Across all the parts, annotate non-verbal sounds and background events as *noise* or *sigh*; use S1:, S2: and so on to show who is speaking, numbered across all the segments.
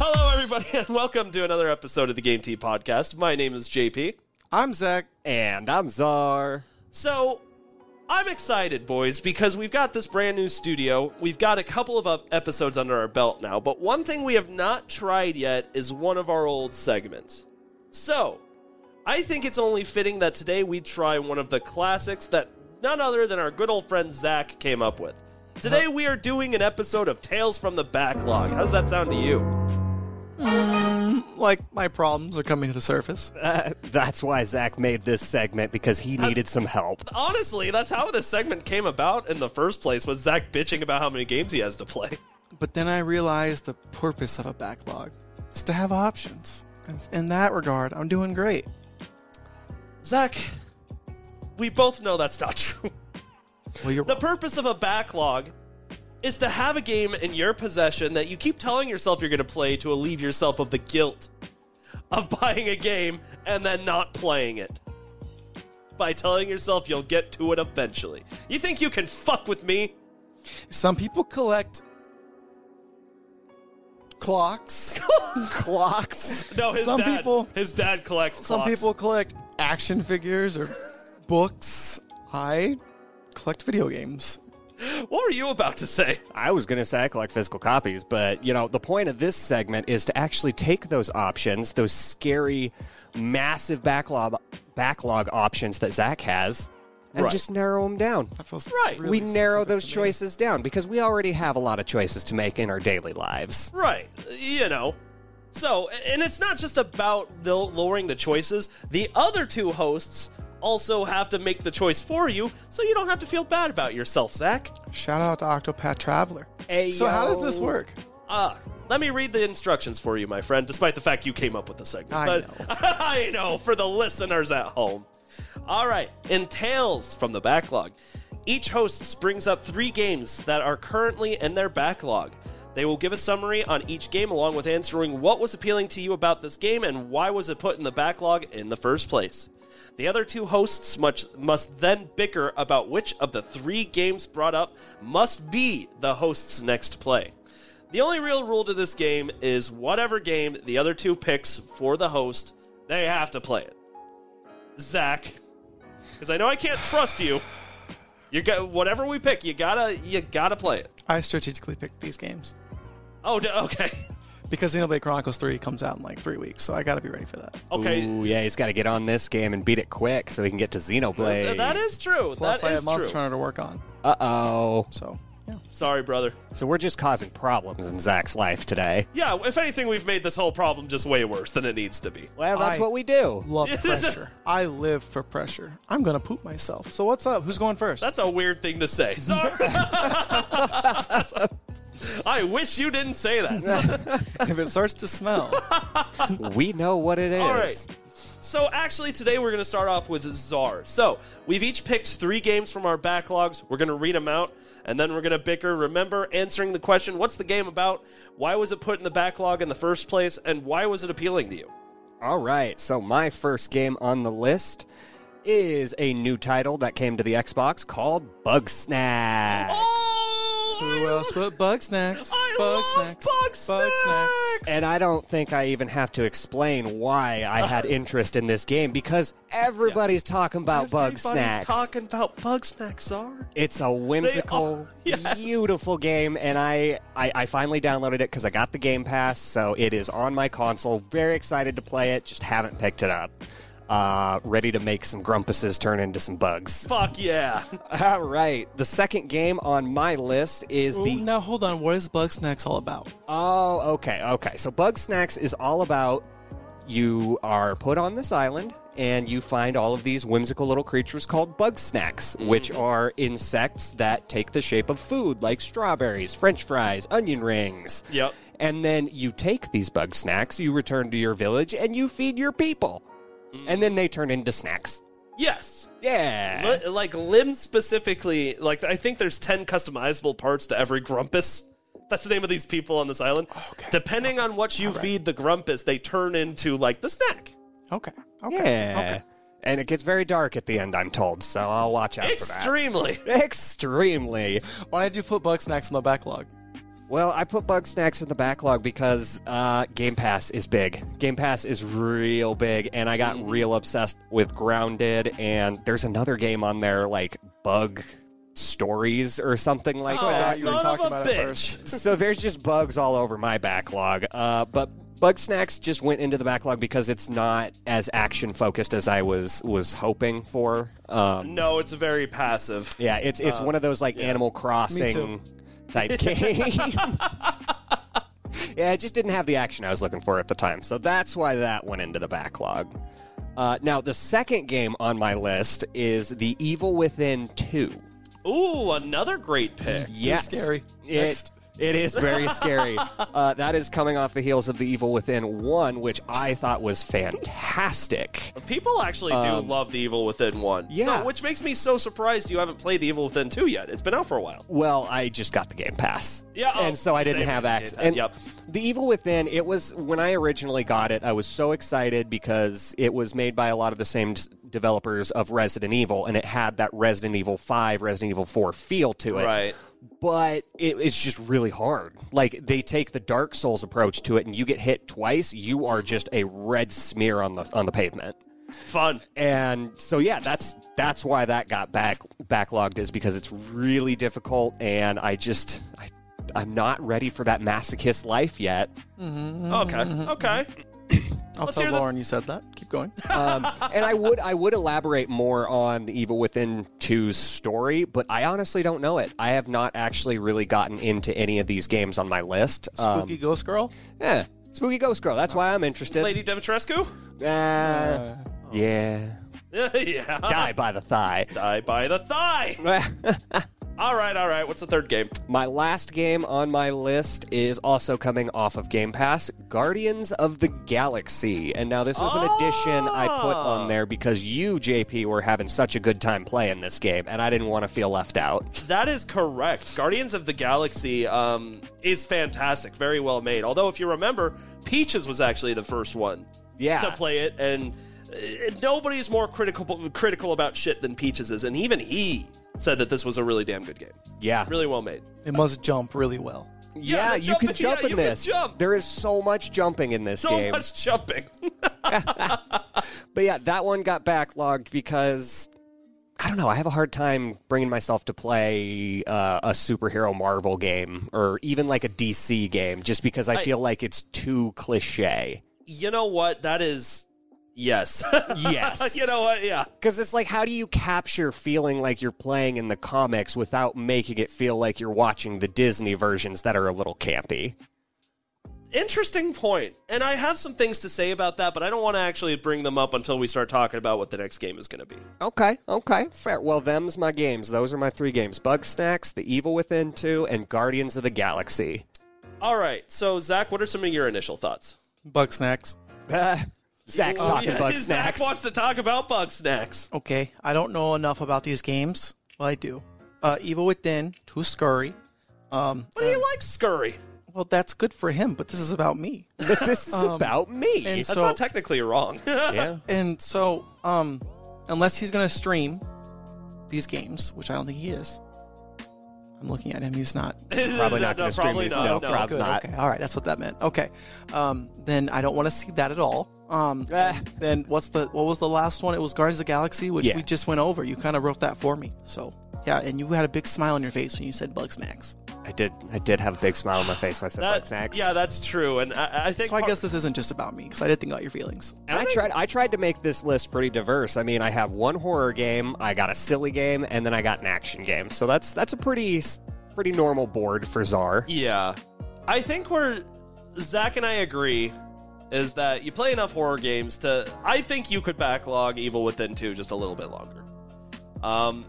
S1: Hello, everybody, *laughs* and welcome to another episode of the Game Tea Podcast. My name is JP.
S2: I'm Zach.
S3: And I'm Czar.
S1: So, I'm excited, boys, because we've got this brand new studio. We've got a couple of up- episodes under our belt now, but one thing we have not tried yet is one of our old segments. So, I think it's only fitting that today we try one of the classics that none other than our good old friend Zach came up with. Today we are doing an episode of Tales from the Backlog. How does that sound to you?
S2: Like, my problems are coming to the surface.
S3: That's why Zach made this segment because he needed some help.
S1: *laughs* Honestly, that's how this segment came about in the first place was Zach bitching about how many games he has to play.
S2: But then I realized the purpose of a backlog is to have options. And in that regard, I'm doing great.
S1: Zach, we both know that's not *laughs* true.
S2: Well, you're
S1: The purpose of a backlog is to have a game in your possession that you keep telling yourself you're going to play to alleviate yourself of the guilt of *laughs* buying a game and then not playing it. By telling yourself you'll get to it eventually. You think you can fuck with me?
S2: some people collect
S3: *laughs*
S2: clocks.
S3: Clocks.
S1: No, his
S2: Some
S1: dad.
S2: people-
S1: his dad collects.
S2: Some
S1: clocks.
S2: people collect action figures
S3: *laughs*
S2: or books. I collect video games.
S1: What were you about to say?
S3: I was going to say I collect physical copies, but you know, the point of this segment is to actually take those options, those scary, massive backlog backlog options that Zach has, and
S1: Right.
S3: just narrow them down.
S2: I feel s-
S1: Right.
S2: really
S3: we narrow
S2: specific
S3: those
S2: to me.
S3: choices down because we already have a lot of choices to make in our daily lives.
S1: Right. uh, You know. So, and it's not just about the lowering the choices. The other two hosts also have to make the choice for you, so you don't have to feel bad about yourself, Zach.
S2: Shout out to Octopath Traveler.
S3: Hey,
S2: so, how does
S3: yo.
S2: this work?
S1: Ah, let me read the instructions for you, my friend, despite the fact you came up with the segment.
S2: I
S1: but
S2: know.
S1: *laughs* I know for the listeners at home. All right, in Tales from the Backlog, each host brings up three games that are currently in their backlog. They will give a summary on each game along with answering what was appealing to you about this game and why was it put in the backlog in the first place. The other two hosts much, must then bicker about which of the three games brought up must be the host's next play. The only real rule to this game is whatever game the other two picks for the host, they have to play it. Zach, because I know I can't trust you. You got whatever we pick, you gotta you gotta play it.
S2: I strategically picked these games.
S1: Oh, d- okay,
S2: because Xenoblade Chronicles 3 comes out in like three weeks, so I got to be ready for that.
S1: okay.
S3: Ooh, yeah, he's got to get on this game and beat it quick so he can get to Xenoblade.
S1: Th- *laughs* that is true.
S2: Plus, I
S1: that is
S2: have Monster
S1: true.
S2: Hunter to work on,
S3: Uh oh.
S2: so yeah.
S1: Sorry, brother.
S3: So we're just causing problems in Zach's life today.
S1: Yeah, if anything, we've made this whole problem just way worse than it needs to be.
S3: Well, that's
S2: I-
S3: what we do.
S1: *laughs*
S2: Love pressure. I live for pressure. I'm gonna poop myself. So what's up? Who's going first?
S1: That's a weird thing to say. Sorry. *laughs* I wish you didn't say that.
S2: if it starts
S1: *laughs*
S2: to smell,
S3: we know what it is.
S1: All right. So actually, today we're going to start off with Czar. So we've each picked three games from our backlogs. We're going to read them out, and then we're going to bicker. Remember answering the question: What's the game about? Why was it put in the backlog in the first place? And why was it appealing to you?
S3: All right. So my first game on the list is a new title that came to the Xbox called Bug Snacks.
S2: who
S1: Oh,
S2: else but Bug Snacks?
S1: I
S2: bug
S1: love
S2: snacks.
S1: Bug Snacks!
S3: And I don't think I even have to explain why
S1: *laughs*
S3: I had interest in this game because everybody's talking about Bug Snacks.
S1: talking about bug snacks, Czar.
S3: It's a whimsical,
S1: They are- *laughs* yes.
S3: beautiful game, and I, I, I finally downloaded it because I got the Game Pass, so it is on my console. Very excited to play it, just haven't picked it up. Uh, ready to make some grumpuses turn into some bugs. *laughs*
S1: Fuck yeah! *laughs*
S3: All right, the second game on my list is
S2: Ooh,
S3: the
S2: Now hold on. What is Bug Snacks all about?
S3: Oh, okay, okay. So Bug Snacks is all about you are put on this island and you find all of these whimsical little creatures called bug snacks, which are insects that take the shape of food like strawberries, french fries, onion rings.
S1: Yep.
S3: And then you take these bug snacks, you return to your village, and you feed your people. And then they turn into snacks.
S1: Yes.
S3: Yeah.
S1: Li- like limbs specifically, like I think there's ten customizable parts to every Grumpus. That's the name of these people on this island.
S2: Oh, Okay.
S1: Depending on what you feed the Grumpus, they turn into like the snack.
S2: Okay. Okay.
S3: yeah.
S2: Okay.
S3: And it gets very dark at the end, I'm told, so I'll watch out
S1: Extremely.
S3: for that. Extremely.
S2: Why did you put bug snacks in the backlog?
S3: Well, I put Bug Snacks in the backlog because uh, Game Pass is big. Game Pass is real big, and I got
S2: Mm-hmm.
S3: real obsessed with Grounded. And there's another game on there like Bug Stories or something like
S2: That's what Oh, I
S3: that.
S2: thought you were
S1: son
S2: talking
S1: of a
S2: about
S1: bitch.
S2: at first.
S3: *laughs* so there's just bugs all over my backlog. Uh, but Bug Snacks just went into the backlog because it's not as action focused as I was was hoping for. Um,
S1: No, it's very passive.
S3: yeah, it's it's one of those like Animal Crossing
S2: Uh, too. *laughs*
S3: type games. yeah, it just didn't have the action I was looking for at the time, so that's why that went into the backlog. Uh, now, the second game on my list is The Evil Within Two.
S1: Ooh, another great pick.
S3: Yes.
S2: scary.
S3: It-
S2: Next.
S3: it is
S2: *laughs*
S3: very scary. Uh, that is coming off the heels of The Evil Within 1, which I thought was fantastic.
S1: People actually
S2: Um,
S1: do love The Evil Within 1.
S3: yeah.
S1: So, which makes me so surprised you haven't played The Evil Within 2 yet. It's been out for a while.
S3: Well, I just got the Game Pass.
S1: Yeah, oh,
S3: and so I didn't
S1: same
S3: have
S1: with the
S3: access.
S1: Game Pass,
S3: And
S1: yep.
S3: The Evil Within, it was when I originally got it, I was so excited because it was made by a lot of the same s- developers of Resident Evil, and it had that Resident Evil 5, Resident Evil 4 feel to it.
S1: Right.
S3: But it, it's just really hard. Like, they take the Dark Souls approach to it, and you get hit twice, you are just a red smear on the, on the pavement
S1: Fun.
S3: and so yeah that's that's why that got back backlogged is because it's really difficult and i just I, i'm not ready for that masochist life yet
S1: Okay. Okay.
S2: Mm-hmm. I'll
S1: Let's
S2: tell
S1: hear the-
S2: Lauren you said that. Keep
S1: *laughs*
S2: going.
S3: um, and i would i would elaborate more on the evil within 2's story but i honestly don't know it i have not actually really gotten into any of these games on my list um,
S2: Spooky ghost girl.
S3: yeah spooky ghost girl that's why i'm interested
S1: Lady Demetrescu? *laughs*
S3: Uh, yeah
S1: yeah.
S3: die by the thigh *laughs*
S1: Die by the thigh. All right, all right. What's the third game?
S3: My last game on my list is also coming off of Game Pass Guardians of the Galaxy. And now, this was an addition I put
S1: Ah.
S3: on there because you, JP, were having such a good time playing this game, and I didn't want to feel left out.
S1: That is correct. Guardians of the Galaxy um, is fantastic, very well made. Although, if you remember, Peaches was actually the first one
S3: Yeah.
S1: to play it, and uh, nobody's more critical critical about shit than Peaches is, and even he said that this was a really damn good game,
S3: Yeah.
S1: really well made.
S2: It must jump really well.
S1: Yeah,
S3: Yeah,
S1: the
S3: you
S1: jumping-
S3: can jump
S1: yeah,
S3: in
S1: you can
S3: this.
S1: jump.
S3: There is so much jumping in this
S1: So
S3: game.
S1: much jumping. *laughs*
S3: But yeah, that one got backlogged because I don't know. I have a hard time bringing myself to play uh, a superhero Marvel game or even like a DC game, just because I,
S1: I-
S3: feel like it's too cliche.
S1: you know what? That is yes. *laughs*
S3: *laughs* Yes.
S1: you know what? Yeah.
S3: Because it's like, how do you capture feeling like you're playing in the comics without making it feel like you're watching the Disney versions that are a little campy?
S1: Interesting point. And I have some things to say about that, but I don't want to actually bring them up until we start talking about what the next game is going to be.
S3: Okay, okay, fair. Well, them's my games. Those are my three games: Bug Snacks, The Evil Within Two, and Guardians of the Galaxy.
S1: All right. So, Zach, what are some of your initial thoughts?
S2: Bug snacks.
S3: Uh, Zach's talking
S1: Oh, Yeah,
S3: bug
S1: *laughs* Zach
S3: snacks.
S1: wants to talk about bug snacks.
S2: Okay, I don't know enough about these games. Well, I do. Uh, Evil Within, Too Scurry. Um,
S1: But he
S3: Uh,
S1: likes scurry.
S2: well, that's good for him, but this is about me.
S3: But *laughs* this is about me.
S2: Um, And
S1: That's
S2: so,
S1: not technically wrong. *laughs*
S3: yeah.
S2: and so, um, unless he's gonna stream these games, which I don't think he is. I'm looking at him; he's not.
S3: Probably not
S1: No,
S3: gonna stream
S1: probably
S3: these.
S1: not.
S3: No,
S1: No.
S3: probs
S2: Good.
S3: not.
S2: Okay. All right. That's what that meant. Okay. Um, then I don't want to see that at all. Um,
S3: Ah.
S2: then what's the what was the last one? It was Guardians of the Galaxy, which
S3: Yeah.
S2: we just went over. You kind of wrote that for me. So yeah, and you had a big smile on your face when you said bug snacks.
S3: I did. I did have a big smile on my face when I said
S1: That-
S3: bug snacks.
S1: yeah, that's true. And I, I think
S2: So I
S1: part-
S2: guess this isn't just about me because I did think about your feelings.
S3: And I
S1: think-
S3: tried. I tried to make this list pretty diverse. I mean, I have one horror game, I got a silly game, and then I got an action game. So that's that's a pretty s- pretty normal board for Czar.
S1: Yeah. I think we're Zach and I agree is that you play enough horror games to. I think you could backlog Evil Within 2 just a little bit longer. Um,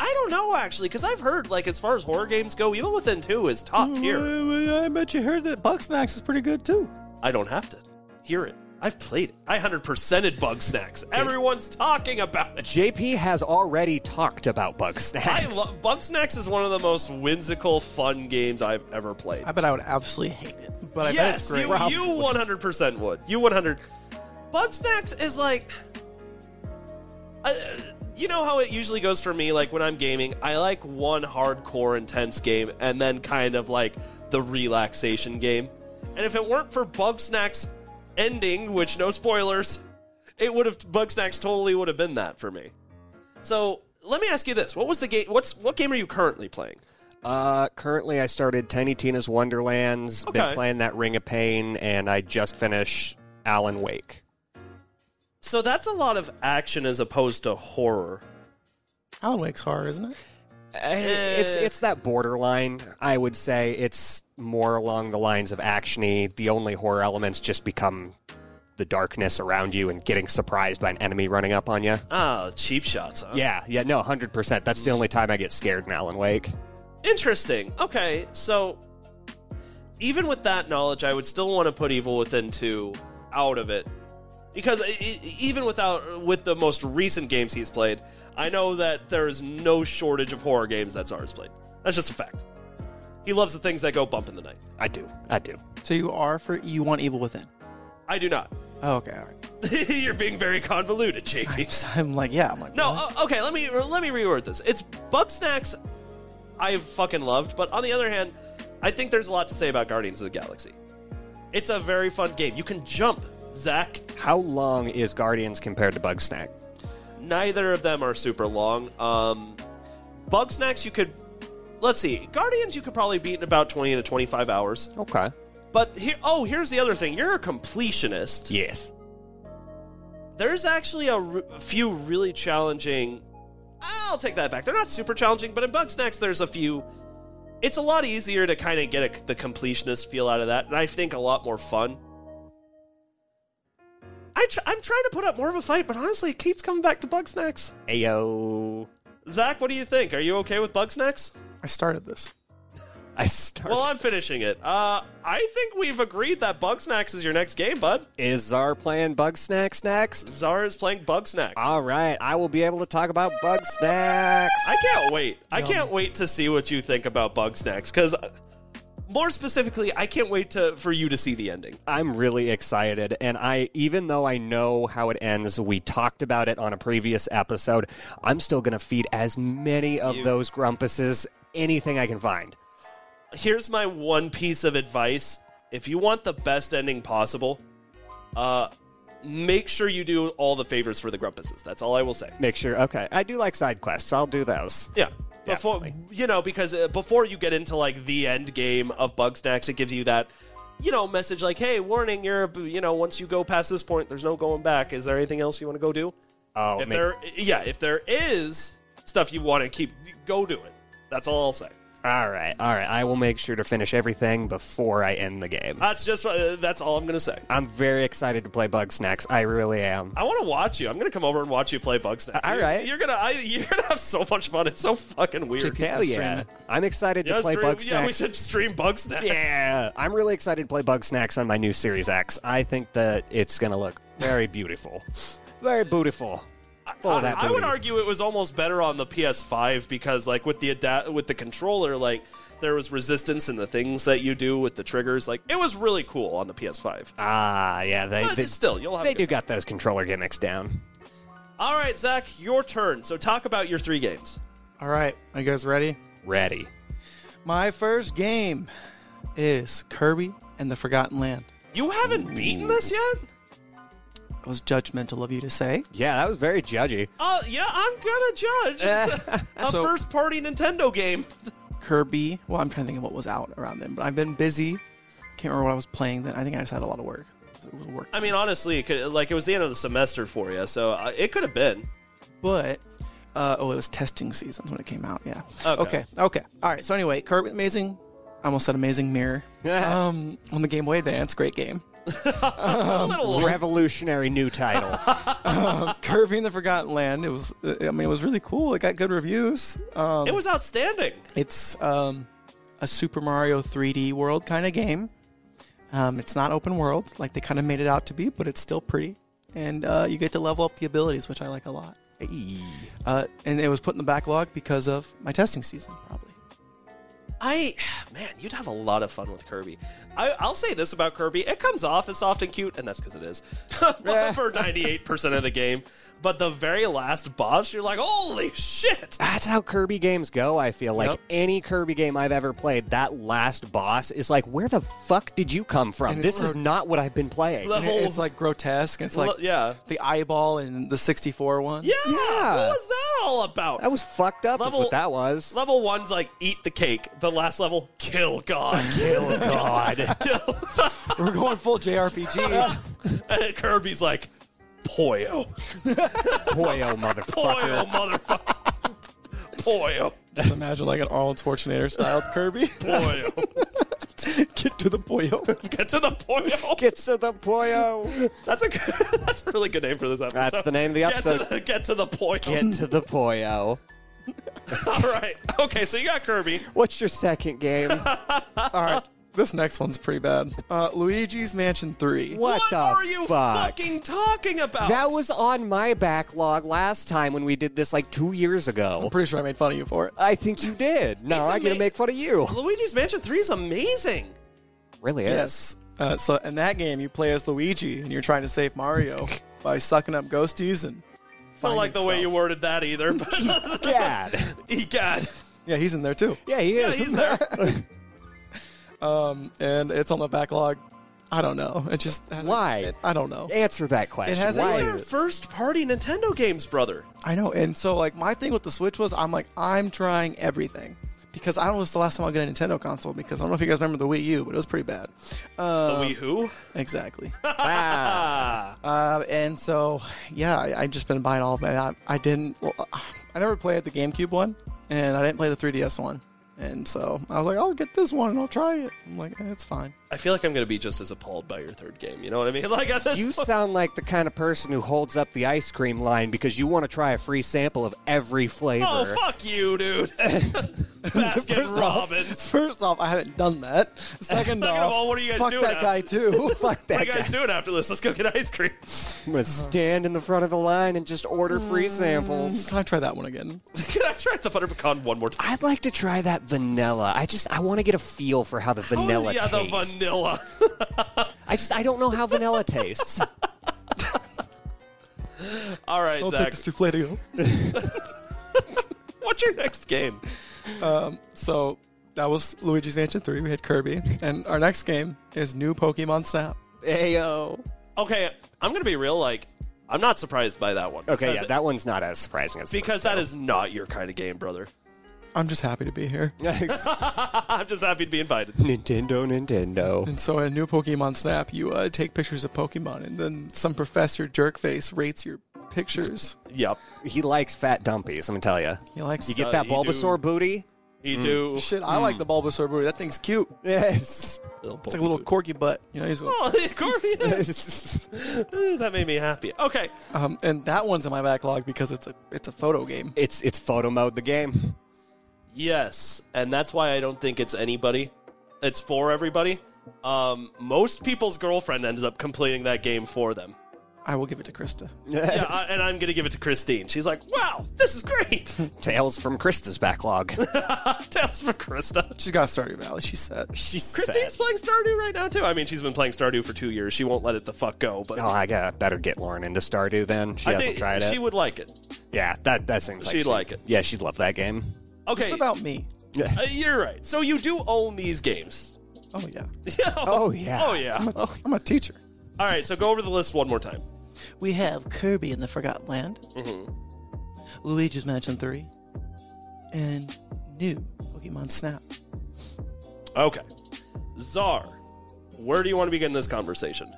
S1: I don't know actually, because I've heard like as far as horror games go, Evil Within 2 is top tier.
S2: I bet you heard that Bugsnax is pretty good too.
S1: I don't have to hear it. I've played it. I hundred percented Bug Snacks. Everyone's talking about it.
S3: JP has already talked about bug snacks.
S1: I love Bug Snacks is one of the most whimsical, fun games I've ever played.
S2: I bet I would absolutely hate it, but I bet it's
S1: yes,
S2: great.
S1: you you one hundred percent would. You one hundred. Bug Snacks is like, I- you know how it usually goes for me. Like when I'm gaming, I like one hardcore, intense game, and then kind of like the relaxation game. And if it weren't for Bug Snacks ending, which no spoilers, it would have Bug Snacks totally would have been that for me. So let me ask you this: What was the game? What's what game are you currently playing?
S3: Uh, currently, I started Tiny Tina's Wonderlands.
S1: Okay.
S3: Been playing that Ring of Pain, and I just finished Alan Wake.
S1: So that's a lot of action as opposed to horror.
S2: Alan Wake's horror, isn't it?
S1: Eh.
S3: It's it's that borderline. I would say it's more along the lines of actiony. The only horror elements just become the darkness around you and getting surprised by an enemy running up on you.
S1: Ah, cheap shots. Huh?
S3: Yeah, yeah, no, hundred percent. That's the only time I get scared in Alan Wake.
S1: Interesting. Okay, so even with that knowledge, I would still want to put Evil Within 2 out of it. Because e- e- even without with the most recent games he's played, I know that there is no shortage of horror games that Zara's played. That's just a fact. He loves the things that go bump in the night.
S3: I do, I do.
S2: So you are for you want Evil Within.
S1: I do not. *laughs*
S2: Oh, okay, all right.
S1: You're being very convoluted, JP.
S2: *laughs* I'm like, yeah, I'm like,
S1: No,
S2: what?
S1: o- okay, let me uh, let me reword this. It's Bug Snacks I've fucking loved, but on the other hand, I think there's a lot to say about Guardians of the Galaxy. It's a very fun game. You can jump, Zach.
S3: How long is Guardians compared to Bugsnax?
S1: Neither of them are super long. Um Bug Snacks you could let's see. Guardians you could probably beat in about 20 to 25 hours.
S3: Okay.
S1: But here oh, here's the other thing. You're a completionist.
S3: Yes.
S1: There's actually a r- a few really challenging. I'll take that back. They're not super challenging, but in Bugsnax, there's a few. It's a lot easier to kind of get a, the completionist feel out of that, and I think a lot more fun. I tr- I'm trying to put up more of a fight, but honestly, it keeps coming back to Bugsnax.
S3: Ayo.
S1: Zach, what do you think? Are you okay with Bugsnax?
S2: I started this.
S3: I started.
S1: Well, I'm finishing it. Uh, I think we've agreed that Bugsnax is your next game, bud.
S3: Is Czar playing Bug Snacks next?
S1: Zara is playing Bugsnax.
S3: All right, I will be able to talk about Bug Snacks.
S1: I can't wait. I can't wait to see what you think about Bug Snacks because, more specifically, I can't wait to for you to see the ending.
S3: I'm really excited, and I even though I know how it ends, we talked about it on a previous episode. I'm still gonna feed as many of those grumpuses anything I can find.
S1: Here's my one piece of advice: if you want the best ending possible, uh, make sure you do all the favors for the Grumpuses. That's all I will say.
S3: Make sure. Okay, I do like side quests. I'll do those.
S1: Yeah. Before you know, because uh, before you get into like the end game of Bug Snacks, it gives you that you know message like, "Hey, warning! You're you know once you go past this point, there's no going back. Is there anything else you want to go do?"
S3: Oh,
S1: if
S3: make-
S1: there yeah if there is stuff you want to keep go do it that's all i'll say
S3: all right, all right. I will make sure to finish everything before I end the game.
S1: that's just uh, that's all i'm gonna say
S3: I'm very excited to play Bug Snacks. I really am.
S1: i want to watch you i'm gonna come over and watch you play bugsnax
S3: All
S1: You're-
S3: right.
S1: you're gonna I, you're gonna have so much fun it's so fucking weird
S2: JP.
S3: Hell
S2: Let's stream
S3: yeah!
S2: it.
S3: I'm excited
S1: yeah,
S3: to play
S1: stream-
S3: Bug
S1: yeah we
S3: Snacks.
S1: should stream bugsnax
S3: Yeah, I'm really excited to play Bug Snacks on my new Series X. I think that it's going to look very beautiful. Very beautiful. Full
S1: I,
S3: of that
S1: I
S3: booty.
S1: would argue it was almost better on the PS5 because, like, with the ada- with the controller, like, there was resistance in the things that you do with the triggers. Like, it was really cool on the PS5.
S3: Ah, yeah, they,
S1: But
S3: they,
S1: still, you'll have a
S3: they
S1: good
S3: do got those controller gimmicks down.
S1: All right, Zach, your turn. So talk about your three games.
S2: All right, are you guys ready?
S3: Ready.
S2: My first game is Kirby and the Forgotten Land.
S1: You haven't beaten this yet?
S2: It was judgmental of you to say.
S3: Yeah, that was very judgy. *laughs*
S1: Uh, yeah, I'm gonna judge. It's *laughs* a, a
S2: So-
S1: first-party Nintendo game.
S2: Kirby. Well, I'm trying to think of what was out around then, but I've been busy. Can't remember what I was playing then. I think I just had a lot of work. It was work.
S1: I mean, honestly, it could, like it was the end of the semester for you, so uh, it could have been.
S2: but uh, oh, it was testing seasons when it came out. Yeah.
S1: Okay.
S2: Okay. okay. All right. So anyway, Kirby, amazing. I almost said amazing mirror. um, on the Game *laughs* Boy Advance, great game. Um,
S1: a little old.
S3: Revolutionary
S1: *laughs*
S3: new title.
S2: Curving the Forgotten Land. It was, uh, I mean, it was really cool. It got good reviews. Um,
S1: It was outstanding.
S2: it's um, a Super Mario 3D world kind of game. Um, it's not open world like they kind of made it out to be, but it's still pretty. And uh, you get to level up the abilities, which I like a lot. Uh, and it was put in the backlog because of my testing season, probably.
S1: I, *sighs* man, you'd have a lot of fun with Kirby. I, I'll say this about Kirby: it comes off as soft and cute, and that's because it is *laughs* But for ninety-eight percent of the game. But the very last boss, you're like, "Holy shit!"
S3: That's how Kirby games go, I feel like.
S2: Yep.
S3: Any Kirby game I've ever played, that last boss is like, where the fuck did you come from?
S2: And
S3: This
S2: it's-
S3: is not what I've been playing.
S1: The
S2: And
S1: whole-
S2: it- it's like grotesque. It's like
S1: Well, yeah.
S2: the eyeball in the 64 one.
S1: yeah,
S3: Yeah.
S1: What was that all about?
S3: That was fucked up, is
S1: Level-
S3: what that was.
S1: level one's like eat the cake. The last level, kill
S3: *laughs*
S1: God, kill God, *laughs* kill.
S2: We're going
S1: *laughs*
S2: full JRPG.
S1: and Kirby's like, "Poyo,
S3: Poyo, oh,
S1: poyo,
S3: motherfucker.
S1: motherfucker,
S3: *laughs*
S1: poyo,
S2: Just imagine like an Arnold Schwarzenegger style Kirby. *laughs*
S1: poyo."
S2: Get to
S1: *laughs*
S2: the boil.
S1: Get to the poyo.
S3: Get to the Poyo.
S1: That's a good- *laughs* that's a really good name for this episode.
S3: That's the name of the
S1: Get
S3: episode.
S1: to the, get to the point.
S3: Get to the Poyo.
S1: *laughs* All right. Okay, so you got Kirby.
S3: What's your second
S1: *laughs*
S3: game? What,
S2: All right. This next one's pretty bad. Uh, Luigi's Mansion 3.
S3: the
S1: are you
S3: fuck?
S1: fucking talking about?
S3: That was on my backlog last time when we did this like two years ago.
S2: I'm pretty sure I made fun of you for it.
S3: I think
S1: *laughs*
S3: you did. Now
S1: It's
S3: I get
S1: ama-
S3: to make fun of
S1: *laughs*
S3: you.
S1: Luigi's Mansion 3 is amazing.
S3: Really is.
S2: Yes. Uh, so in that game, you play as Luigi and you're trying to
S1: *laughs*
S2: save Mario by sucking up ghosties and.
S1: I don't
S2: finding
S1: like the way
S2: stuff.
S1: you worded that either,
S3: *laughs*
S1: but *laughs*
S3: God.
S1: egad.
S2: Yeah, he's in there too.
S3: Yeah, he
S1: Yeah,
S3: is.
S1: he's there.
S2: Um, and it's on the backlog. I don't know. It just hasn't-
S3: Why?
S2: it- I don't know.
S3: *laughs* Answer that question.
S2: has
S3: Why?
S1: These are *laughs* first party Nintendo games, brother.
S2: I know. And so like my thing with the Switch was I'm like I'm trying everything because I don't know what's the last time I got a Nintendo console because I don't know if you guys remember the Wii U, but it was pretty bad.
S3: Uh,
S1: The Wii Who? *laughs*
S2: Exactly.
S1: Ah.
S2: Uh, and so, yeah, I, I've just been buying all of them. I, I didn't, well, I never played the GameCube one, and I didn't play the 3DS one. And so I was like, I'll get this one and I'll try it. I'm like, eh, it's fine.
S1: I feel like I'm going to be just as appalled by your third game. You know what I mean? *laughs* Like at this
S3: You
S1: point-
S3: sound like the kind of person who holds up the ice cream line because you want to try a free sample of every flavor.
S1: Oh, fuck you,
S3: *laughs*
S1: dude. Baskin Robbins.
S2: First off, I haven't
S1: *laughs*
S2: done that. Second,
S1: Second of
S2: off,
S1: all, what are you guys
S2: fuck
S1: doing
S2: that
S1: now? *laughs*
S2: guy too.
S3: Fuck
S1: What are
S3: that
S1: you
S3: guy.
S1: guys doing after this? Let's go get ice cream. *laughs*
S3: I'm going to stand in the front of the line and just order free samples.
S2: Can I try that one again?
S1: Can I try the butter pecan one more time?
S3: I'd like to try that vanilla. I just I want to get a feel for how the vanilla
S1: Oh, yeah, the
S3: tastes.
S1: vanilla. *laughs*
S3: I just I don't know how vanilla tastes.
S1: All right,
S2: I'll
S1: Zach.
S2: take the souffle.
S1: What's your next game?
S2: So that was Luigi's Mansion 3. We had Kirby. And our next game is new Pokemon Snap.
S3: Ayo.
S1: Okay, I'm gonna be real. Like, I'm not surprised by that one.
S3: Okay, yeah,
S1: Because-
S3: that one's not as surprising as the
S1: because
S3: first
S1: that is not your kind of game, brother.
S2: I'm just happy to be here.
S1: I'm just happy to be invited.
S3: *laughs* Nintendo, Nintendo.
S2: And so in new Pokemon Snap, you uh, take pictures of Pokemon, and then some professor jerkface rates your pictures.
S1: Yep,
S3: He likes fat dumpies. Let me tell you.
S2: He likes
S3: You get
S1: Uh,
S3: that
S1: you do-
S3: Bulbasaur booty?
S1: you
S3: Mm.
S1: do.
S2: shit. I like the Bulbasaur booty. That thing's cute.
S3: Yes.
S2: It's like a little corky butt. You know, he's a-
S1: Oh, of course,
S3: *laughs*
S1: yes. Ooh, that made me happy. Okay,
S2: um, and that one's in my backlog because it's a it's a photo game.
S3: It's it's photo mode the game.
S1: yes, and that's why I don't think it's anybody. It's for everybody. Um, most people's girlfriend ends up completing that game for them.
S2: I will give it to Krista.
S3: *laughs*
S1: Yeah, I- and I'm gonna give it to Christine. She's like, "Wow, this is
S3: *laughs*
S1: great."
S3: Tales from
S1: *laughs*
S3: Krista's backlog.
S1: That's for Krista.
S2: She's got Stardew Valley. She's set.
S3: She's
S1: Christine's playing Stardew right now too. I mean, she's been playing Stardew for two years. She won't let it the fuck go. But
S3: Oh, I got better get Lauren into Stardew then. She
S1: I
S3: hasn't
S1: think
S3: tried it.
S1: she would like it.
S3: yeah, that that seems like
S1: She'd
S3: she-
S1: like it.
S3: Yeah, she'd love that game.
S1: Okay,
S2: It's about me.
S1: uh, you're right. So you do own these games. *laughs*
S2: Oh yeah,
S3: Oh, yeah.
S1: Oh yeah.
S2: I'm a teacher.
S1: All right. So go over the list one more time.
S2: We have Kirby in the Forgotten Land, Luigi's Mansion Three, and new Pokemon Snap.
S1: Okay. Czar, where do you want to begin this conversation?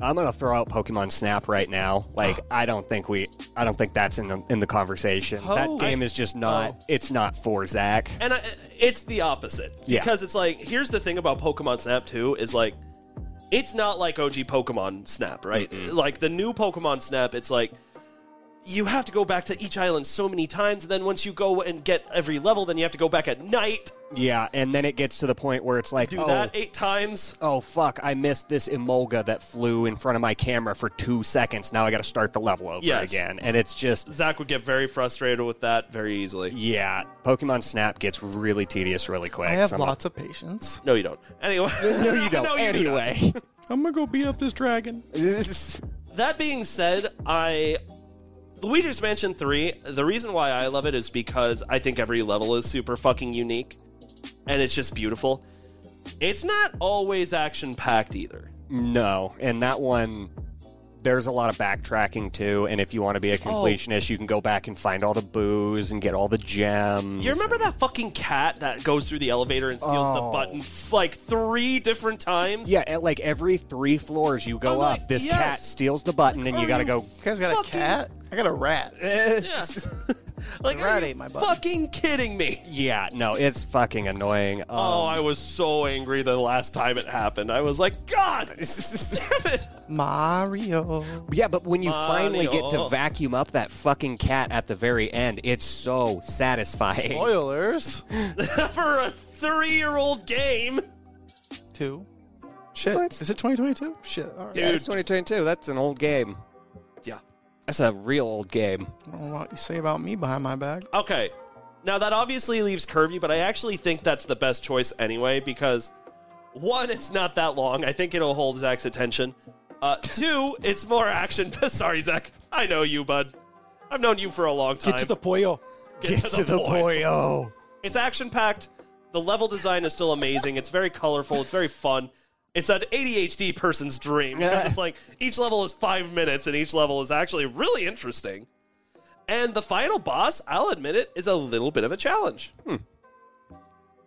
S3: I'm gonna throw out Pokemon Snap right now. Like,
S1: Ah.
S3: I don't think we, I don't think that's in the in the conversation.
S2: Oh.
S3: that game is just not.
S1: Oh.
S3: It's not for Zach.
S1: and I, it's the opposite
S3: Yeah.
S1: because it's like here's the thing about Pokemon Snap 2 is like It's not like OG Pokemon Snap, right? Like the new Pokemon Snap, it's like you have to go back to each island so many times, and then once you go and get every level, then you have to go back at night,
S3: Yeah, and then it gets to the point where it's like,
S1: do
S3: oh,
S1: that eight times.
S3: oh fuck, I missed this Emolga that flew in front of my camera for two seconds. Now I got to start the level over
S1: Yes.
S3: again, and it's just
S1: Zach would get very frustrated with that very easily.
S3: yeah, Pokemon Snap gets really tedious really quick.
S2: I have
S3: so I'm like,
S2: lots of patience.
S1: No, you don't. *laughs* Anyway,
S3: No, you don't. anyway, *laughs*
S1: *laughs*
S2: I'm gonna go beat up this dragon.
S1: That being said, I Luigi's Mansion 3, the reason why I love it is because I think every level is super fucking unique and it's just beautiful. It's not always action packed either.
S3: no, and that one. There's a lot of backtracking too, and if you want to
S1: Oh.
S3: be a completionist, you can go back and find all the boos and get all the gems.
S1: You remember that fucking cat that goes through the elevator and steals the
S3: Oh.
S1: button f- like 3 different times?
S3: Yeah, at like every three floors you go
S1: I'm
S3: up,
S1: like,
S3: this
S1: yes.
S3: cat steals the button, and you gotta go.
S2: You guys got
S1: Fucking-
S2: a cat? I got a rat.
S3: *laughs*
S1: Like are
S2: Rat
S1: you
S2: ate my button.
S1: fucking kidding me?
S3: Yeah, no, it's fucking annoying. Um,
S1: Oh, I was so angry the last time it happened. I was like,
S3: *laughs*
S1: God, damn it!
S2: Mario.
S3: yeah, but when you finally get to
S1: Mario.
S3: vacuum up that fucking cat at the very end, it's so satisfying.
S2: Spoilers.
S1: For a three-year-old game,
S2: Two. Shit.
S3: What?
S2: Is it 2022? Shit. All right.
S1: Dude.
S3: Yeah, it's 2022. That's an old game.
S1: yeah.
S3: That's a real old game.
S2: I don't know what you say about me behind my back.
S1: Okay. Now that obviously leaves Kirby, but I actually think that's the best choice anyway because one, it's not that long. I think it'll hold Zach's attention. Uh, two, it's more action. *laughs* Sorry, Zach. I know you, bud. I've known you for a long time.
S2: Get to the pollo.
S1: Get to the point.
S3: boyo.
S1: It's action packed. The level design is still amazing. It's very colorful. It's very fun. It's an ADHD person's dream because
S2: *laughs*
S1: it's like each level is five minutes and each level is actually really interesting. And the final boss, I'll admit it, is a little bit of a challenge.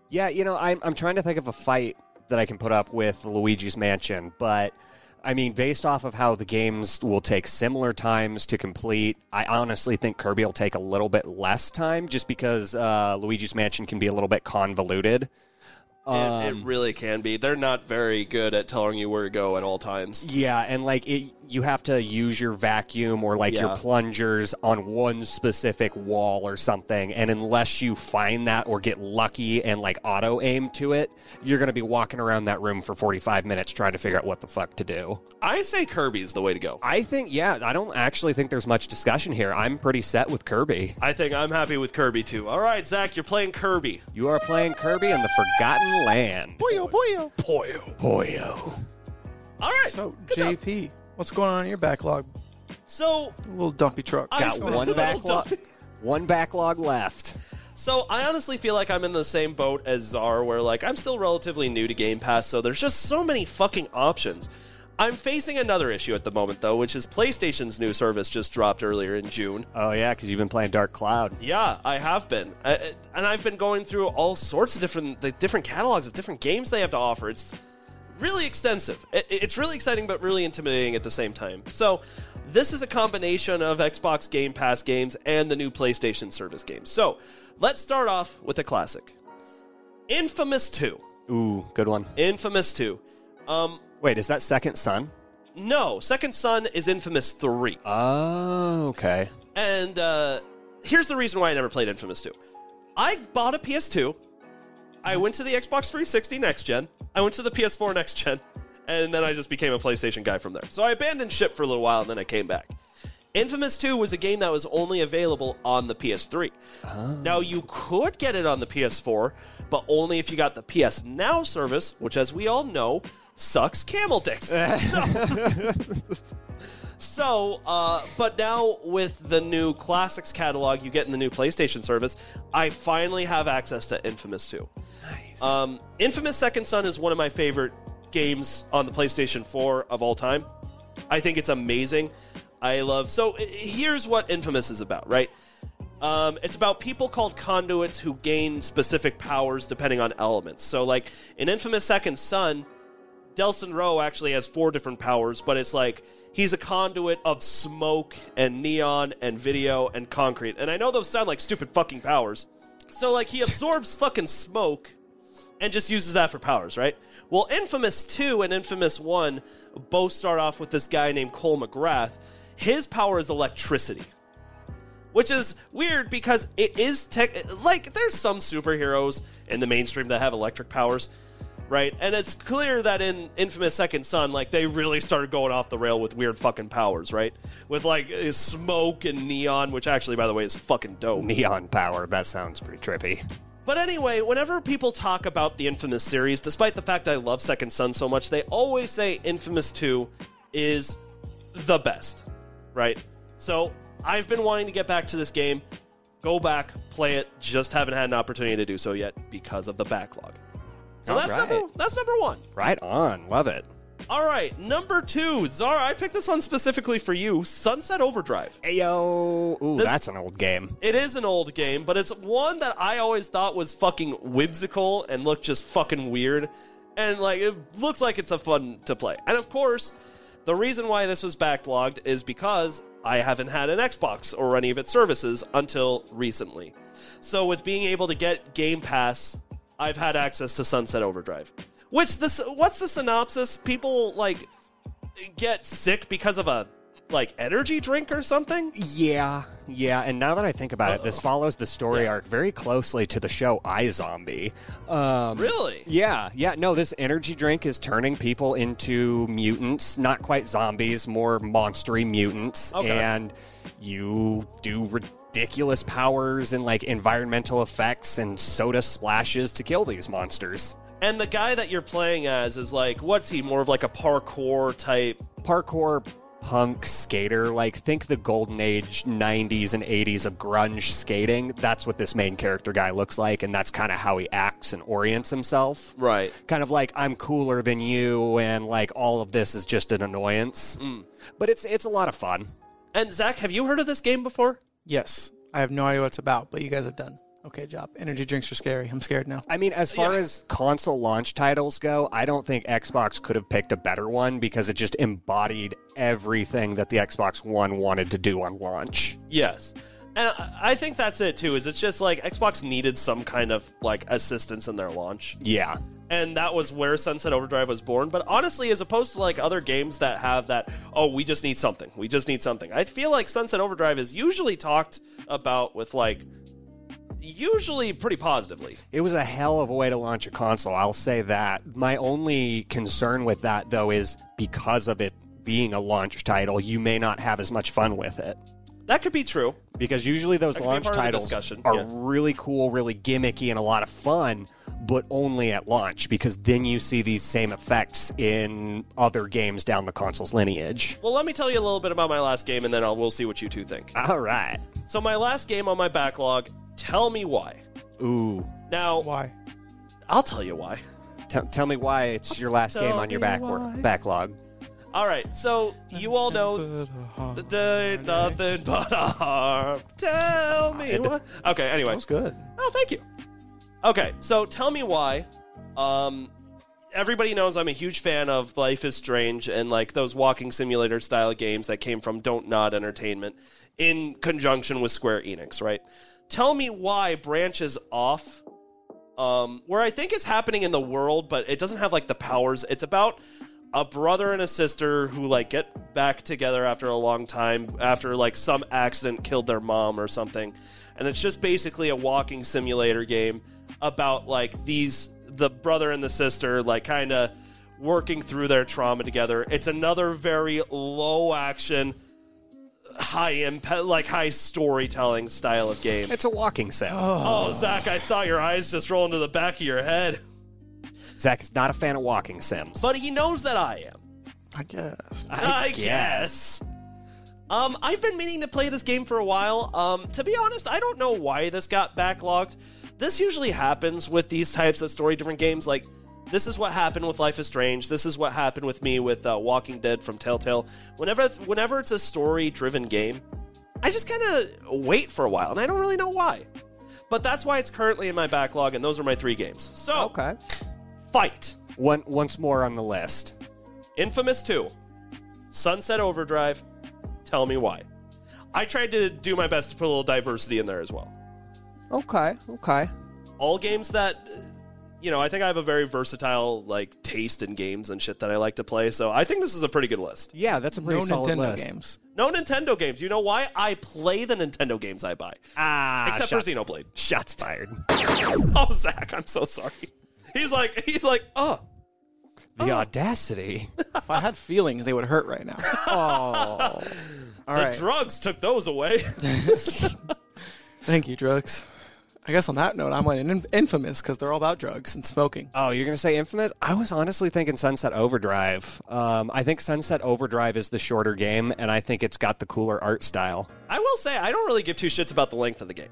S3: Yeah, you know, I'm, I'm trying to think of a fight that I can put up with Luigi's Mansion, but I mean, based off of how the games will take similar times to complete, I honestly think Kirby will take a little bit less time just because uh, Luigi's Mansion can be a little bit convoluted.
S1: it, it really can be. They're not very good at telling you where to go at all times.
S3: Yeah, and like it, you have to use your vacuum or like
S1: Yeah.
S3: your plungers on one specific wall or something. And unless you find that or get lucky and like auto aim to it, you're going to be walking around that room for 45 minutes trying to figure out what the fuck to do.
S1: I say Kirby is the way to go.
S3: I think, yeah, I don't actually think there's much discussion here. I'm pretty set with Kirby.
S1: I think I'm happy with Kirby too. All right, Zach, you're playing Kirby.
S3: You are playing Kirby in the Forgotten Land.
S2: Pollo, pollo.
S1: Poyo.
S3: Boyo.
S1: All right.
S2: So,
S1: good job.
S2: JP, Oh, what's going on in your backlog?
S1: So
S2: Little dumpy truck.
S1: I-
S3: Got one backlog. One backlog left.
S1: So I honestly feel like I'm in the same boat as Czar, where like I'm still relatively new to Game Pass, so there's just so many fucking options. I'm facing another issue at the moment though, which is PlayStation's new service just dropped earlier in June.
S3: Oh, yeah, because you've been playing Dark Cloud.
S1: Yeah, I have been, uh, and I've been going through all sorts of different the different catalogs of different games they have to offer. It's really extensive. It, it's really exciting, but really intimidating at the same time. So, this is a combination of Xbox Game Pass games and the new PlayStation Service games. So, let's start off with a classic, Infamous Two.
S3: Ooh, good one.
S1: Infamous Two. Um,
S3: Wait, is that Second Son?
S1: no, Second Son is Infamous Three.
S3: Oh, okay.
S1: And uh, here's the reason why I never played Infamous 2. I bought a PS2. I went to the Xbox 360 next gen. I went to the PS4 next gen. And then I just became a PlayStation guy from there. So I abandoned ship for a little while and then I came back. Infamous 2 was a game that was only available on the PS3. Now you could get it on the PS4, but only if you got the PS Now service, which as we all know, sucks camel dicks. So, uh, but now with the new classics catalog you get in the new PlayStation service, I finally have access to Infamous 2. Nice. Um, Infamous Second Son is one of my favorite games on the PlayStation 4 of all time. I think it's amazing. I love. So, i- here's what Infamous is about, right? Um, it's about people called conduits who gain specific powers depending on elements. So, like in Infamous Second Son, Delson Rowe actually has four different powers, but it's like he's a conduit of smoke and neon and video and concrete. And I know those sound like stupid fucking powers. So like he absorbs fucking smoke and just uses that for powers, right? Well, Infamous 2 and Infamous 1 both start off with this guy named Cole McGrath. His power is electricity, which is weird because it is tech. Like, there's some superheroes in the mainstream that have electric powers, right? And it's clear that in Infamous Second Son, like, they really started going off the rail with weird fucking powers, right? With like uh, smoke and neon, which actually, by the way, is fucking dope.
S3: Neon power. That sounds pretty trippy.
S1: But anyway, whenever people talk about the Infamous series, despite the fact I love Second Son so much, they always say Infamous 2 is the best, right? So I've been wanting to get back to this game, go back, play it, just haven't had an opportunity to do so yet because of the backlog. So
S3: All
S1: that's
S3: right.
S1: number that's number one.
S3: Right on. Love it.
S1: All right, number two, Zara. I picked this one specifically for you. Sunset Overdrive.
S3: Ayo. Ooh,
S1: This-
S3: that's an old game.
S1: It is an old game, but it's one that I always thought was fucking whimsical and looked just fucking weird. And like it looks like it's a fun to play. And of course, the reason why this was backlogged is because I haven't had an Xbox or any of its services until recently. So with being able to get Game Pass, I've had access to Sunset Overdrive. Which this what's the synopsis? People like get sick because of a like energy drink or something?
S3: Yeah, yeah. And now that I think about it, this follows the story arc very closely to the show I Zombie. Um,
S1: Really?
S3: Yeah, yeah. No, this energy drink is turning people into mutants, not quite zombies, more monstery mutants.
S1: Okay.
S3: And you do ridiculous powers and like environmental effects and soda splashes to kill these monsters.
S1: And the guy that you're playing as is like, what's he? More of like a parkour type.
S3: parkour punk skater like think the golden age 90s and 80s of grunge skating that's what this main character guy looks like and that's kind of how he acts and orients himself
S1: Right.
S3: kind of like i'm cooler than you and like all of this is just an annoyance but it's it's a lot of fun
S1: And Zach, have you heard of this game before?
S2: Yes. I have no idea what it's about, but you guys have done. Okay, job. Energy drinks are scary. I'm scared now.
S3: I mean, as far as console launch titles go, I don't think Xbox could have picked a better one because it just embodied everything that the Xbox One wanted to do on launch.
S1: Yes. And I- I think that's it too. Is it's just like Xbox needed some kind of like assistance in their launch,
S3: Yeah.
S1: and that was where Sunset Overdrive was born. But honestly, as opposed to like other games that have that, oh, we just need something, we just need something. I feel like Sunset Overdrive is usually talked about with like, usually pretty positively.
S3: It was a hell of a way to launch a console. I'll say that. My only concern with that, though, is because of it being a launch title, you may not have as much fun with it.
S1: That could be true.
S3: Because usually those
S1: That could be
S3: launch
S1: part of the
S3: titles
S1: discussion,
S3: are
S1: yeah.
S3: really cool, really gimmicky, and a lot of fun, but only at launch because then you see these same effects in other games down the console's lineage.
S1: Well, let me tell you a little bit about my last game, and then I'll, we'll see what you two think.
S3: All right.
S1: So, my last game on my backlog, Tell Me Why.
S3: Ooh.
S1: Now,
S2: Why?
S1: I'll tell you why.
S3: T- tell me why it's your last game
S1: Tell
S3: on your
S2: me
S3: back-
S2: why.
S3: backlog.
S1: All right, so you all know
S2: That
S1: did nothing but a harm. Tell me why. Okay, anyway.
S2: was good.
S1: Oh, thank you. Okay, so tell me why. Um, everybody knows I'm a huge fan of Life is Strange and like those walking simulator style games that came from Don't Nod Entertainment in conjunction with Square Enix, right? Tell me why branches off. Um, where I think is happening in the world, but it doesn't have like the powers. It's about a brother and a sister who like get back together after a long time after like some accident killed their mom or something. And it's just basically a walking simulator game about like these the brother and the sister like kind of working through their trauma together. It's another very low action high impact like high storytelling style of game.
S3: It's a walking sim.
S1: Oh, Zach, I saw your eyes just roll into the back of your head.
S3: Zach is not a fan of walking sims.
S1: But he knows that I am.
S2: I guess.
S1: I, guess. Um, I've been meaning to play this game for a while. Um, to be honest, I don't know why this got backlogged. This usually happens with these types of story driven games. Like, this is what happened with Life is Strange. This is what happened with me with uh, Walking Dead from Telltale. Whenever it's whenever it's a story driven game, I just kind of wait for a while, and I don't really know why. But that's why it's currently in my backlog, and those are my three games. So,
S3: okay.
S1: fight.
S3: One once more on the list.
S1: Infamous 2, Sunset Overdrive, Tell Me Why. I tried to do my best to put a little diversity in there as well.
S3: Okay, okay.
S1: All games that, uh, you know, I think I have a very versatile like taste in games and shit that I like to play. So I think this is a pretty good list.
S3: Yeah, that's a
S2: No
S3: pretty solid
S2: Nintendo
S3: list.
S2: games.
S1: No Nintendo games. You know why? I play the Nintendo games I buy,
S3: Ah,
S1: except
S3: shots,
S1: for Xenoblade. *laughs*
S3: Shots fired.
S1: Oh, Zach, I'm so sorry. He's like, he's like, oh,
S3: The audacity.
S2: If I had feelings, they would hurt right now.
S3: Oh,
S2: All
S1: the
S2: right.
S1: drugs took those away. *laughs*
S2: Thank you, drugs. I guess on that note, I went in infamous because they're all about drugs and smoking.
S3: *laughs* oh, you're gonna say Infamous? I was honestly thinking Sunset Overdrive. Um, I think Sunset Overdrive is the shorter game, and I think it's got the cooler art style.
S1: I will say, I don't really give two shits about the length of the game.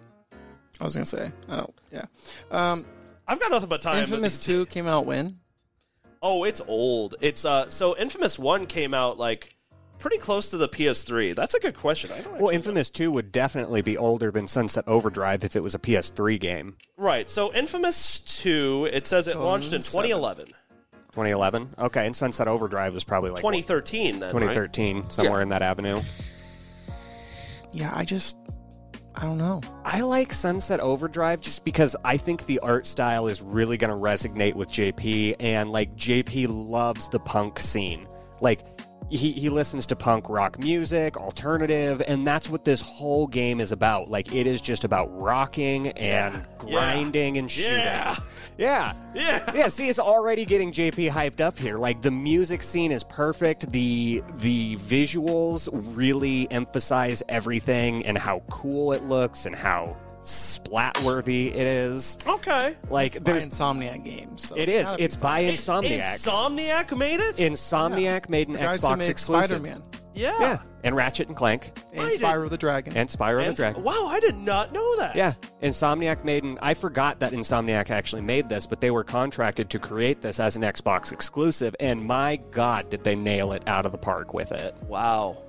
S2: I was gonna say, I don't. Yeah. Um,
S1: I've got nothing but time.
S2: Infamous Two came out when?
S1: Oh, it's old. It's uh so Infamous 1 came out like pretty close to the PS3. That's a good question. I don't
S3: Well,
S1: actually-
S3: Infamous Two would definitely be older than Sunset Overdrive if it was a PS3 game.
S1: Right. So Infamous 2, it says it launched in 2011.
S3: 2011. Okay, and Sunset Overdrive was probably like
S1: 2013 then, right?
S3: 2013, somewhere in that avenue.
S2: Yeah, I just, I don't know.
S3: I like Sunset Overdrive just because I think the art style is really going to resonate with JP, and like JP loves the punk scene. Like he he listens to punk rock music, alternative, and that's what this whole game is about. Like it is just about rocking and grinding and shooting.
S1: Yeah.
S3: Yeah.
S1: Yeah.
S3: Yeah, see it's already getting JP hyped up here. Like the music scene is perfect. The the visuals really emphasize everything and how cool it looks and how splatworthy it is.
S1: Okay.
S3: Like
S2: By
S3: there's
S2: Insomniac Games. So
S3: it
S2: it's
S3: is.
S2: gotta be
S3: It's by Insomniac.
S1: Insomniac made it?
S3: Insomniac made an
S2: the guys who
S3: Xbox
S2: made
S3: exclusive.
S2: Spider-Man
S1: yeah.
S3: Yeah, and Ratchet and Clank
S2: and
S1: did-
S2: Spyro the Dragon.
S3: and Spyro
S1: And-
S3: the Dragon.
S1: wow, I did not know that.
S3: Yeah, Insomniac made an. I forgot that Insomniac actually made this, but they were contracted to create this as an Xbox exclusive, and my God, did they nail it out of the park with it!
S1: Wow.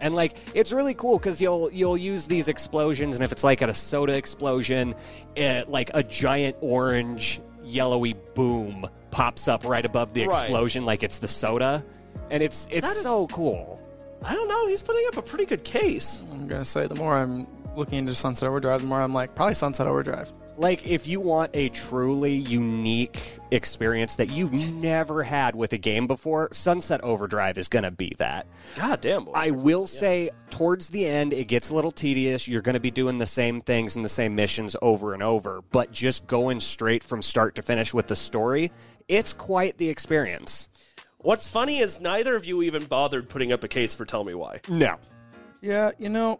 S3: And like, it's really cool because you'll you'll use these explosions, and if it's like at a soda explosion, it, like a giant orange yellowy boom pops up right above the
S1: Right.
S3: explosion, like it's the soda, and it's it's
S1: That is-
S3: so cool.
S1: I don't know. He's putting up a pretty good case.
S2: I'm gonna say the more I'm looking into Sunset Overdrive, the more I'm like probably Sunset Overdrive.
S3: Like, if you want a truly unique experience that you've never had with a game before, Sunset Overdrive is going to be that.
S1: God damn. boy.
S3: I will say, towards the end, it gets a little tedious. You're going to be doing the same things and the same missions over and over, but just going straight from start to finish with the story, it's quite the experience.
S1: What's funny is neither of you even bothered putting up a case for Tell Me Why.
S3: No.
S2: Yeah, you know,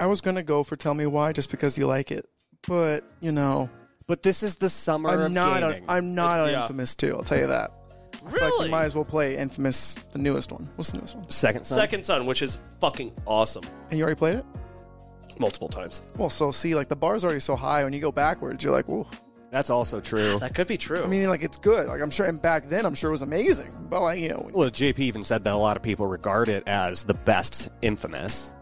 S2: I was gonna go for Tell Me Why just because you like it, but you know,
S3: But this is the summer of
S2: I'm not. On,
S3: gaming.
S2: I'm not on
S1: yeah.
S2: Infamous Two. I'll tell you that. I feel Like
S1: Really?
S2: you might as well play Infamous, the newest one. What's the newest one?
S3: Second Son?
S1: Second Son, which is fucking awesome.
S2: And you already played it?
S1: Multiple times.
S2: Well, so see, like the bar's already so high. When you go backwards, you're like, whoa.
S3: That's also true.
S1: That could be true.
S2: I mean, like it's good. Like I'm sure, and back then, I'm sure it was amazing. But like you know,
S3: Well, JP even said that a lot of people regard it as the best infamous.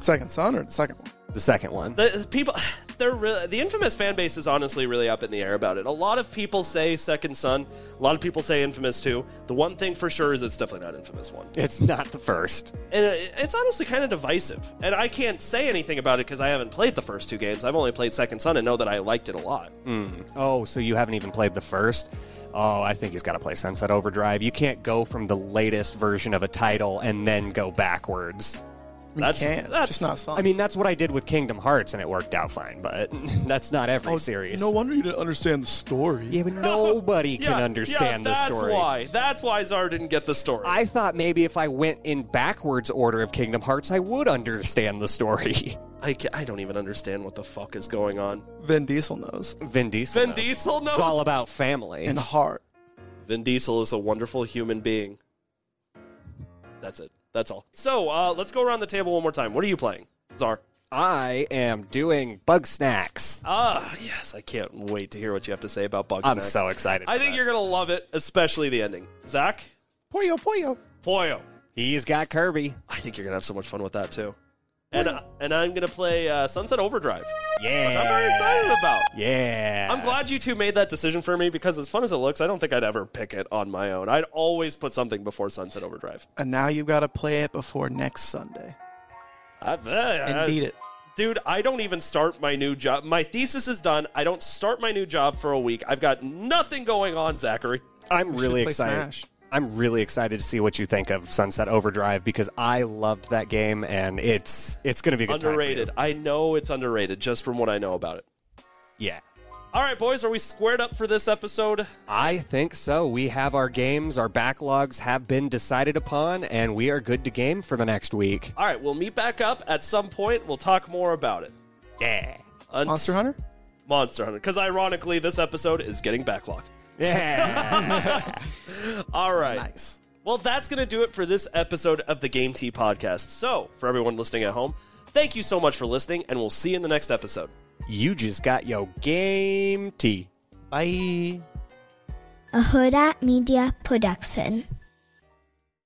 S2: Second Son or the second one.
S3: The second one.
S1: the people they're really, the infamous fan base is honestly really up in the air about it. A lot of people say Second Son, a lot of people say Infamous 2. The one thing for sure is it's definitely not Infamous 1.
S3: It's not the first.
S1: And it- it's honestly kind of divisive. And I can't say anything about it cuz I haven't played the first two games. I've only played Second Son and know that I liked it a lot. Mm.
S3: Oh, so you haven't even played the first? Oh, I think he's got to play Sunset Overdrive. You can't go from the latest version of a title and then go backwards.
S2: I mean,
S1: That's-
S2: you can't.
S1: that's-
S2: It's just not as fun.
S3: I mean, that's what I did with Kingdom Hearts, and it worked out fine, but *laughs* that's not
S1: Oh,
S3: every series.
S2: wonder you didn't understand the story.
S3: yeah, but nobody
S1: *laughs* Yeah,
S3: can understand
S1: yeah,
S3: the
S1: that's
S3: story.
S1: why. That's why Zar didn't get the story.
S3: I thought maybe if I went in backwards order of Kingdom Hearts, I would understand the story. *laughs*
S1: I, ca- I don't even understand what the fuck is going on.
S2: Vin Diesel knows.
S3: Vin Diesel.
S1: Vin
S3: knows.
S1: Diesel knows.
S3: It's all about family.
S2: And heart.
S1: Vin Diesel is a wonderful human being. That's it. That's all. So uh, let's go around the table one more time. What are you playing, Czar?
S3: I am doing Bug Snacks.
S1: Ah, yes. I can't wait to hear what you have to say about Bugs.
S3: I'm so excited.
S1: I
S3: for
S1: think
S3: that.
S1: you're gonna love it, especially the ending. Zach,
S2: Poyo, poyo.
S1: Poyo.
S3: He's got Kirby.
S1: I think you're gonna have so much fun with that too. And uh, and I'm gonna play uh, Sunset Overdrive,
S3: Yeah.
S1: which I'm very excited about.
S3: Yeah.
S1: I'm glad you two made that decision for me because, as fun as it looks, I don't think I'd ever pick it on my own. I'd always put something before Sunset Overdrive.
S2: And now you've got to play it before next Sunday
S1: I,
S2: and beat it.
S1: dude, I don't even start my new job. My thesis is done. I don't start my new job for a week. I've got nothing going on, Zachary.
S3: I'm
S2: should
S3: really
S2: play
S3: excited.
S2: Smash.
S3: I'm really excited to see what you think of Sunset Overdrive because I loved that game and it's it's going to be a good time for you.
S1: underrated. I know it's underrated just from what I know about it.
S3: Yeah.
S1: All right, boys, are we squared up for this episode?
S3: I think so. We have our games, our backlogs have been decided upon and we are good to game for the next week.
S1: All right, we'll meet back up at some point. We'll talk more about it.
S3: Yeah.
S1: Unt-
S2: Monster Hunter?
S1: Monster Hunter. Because ironically, this episode is getting backlogged.
S3: Yeah.
S1: All right.
S2: Nice.
S1: Well, that's going to do it for this episode of the Game T podcast. So, for everyone listening at home, thank you so much for listening, and we'll see you in the next episode.
S3: you just got your game tea.
S2: Bye.
S4: a Huda Media production.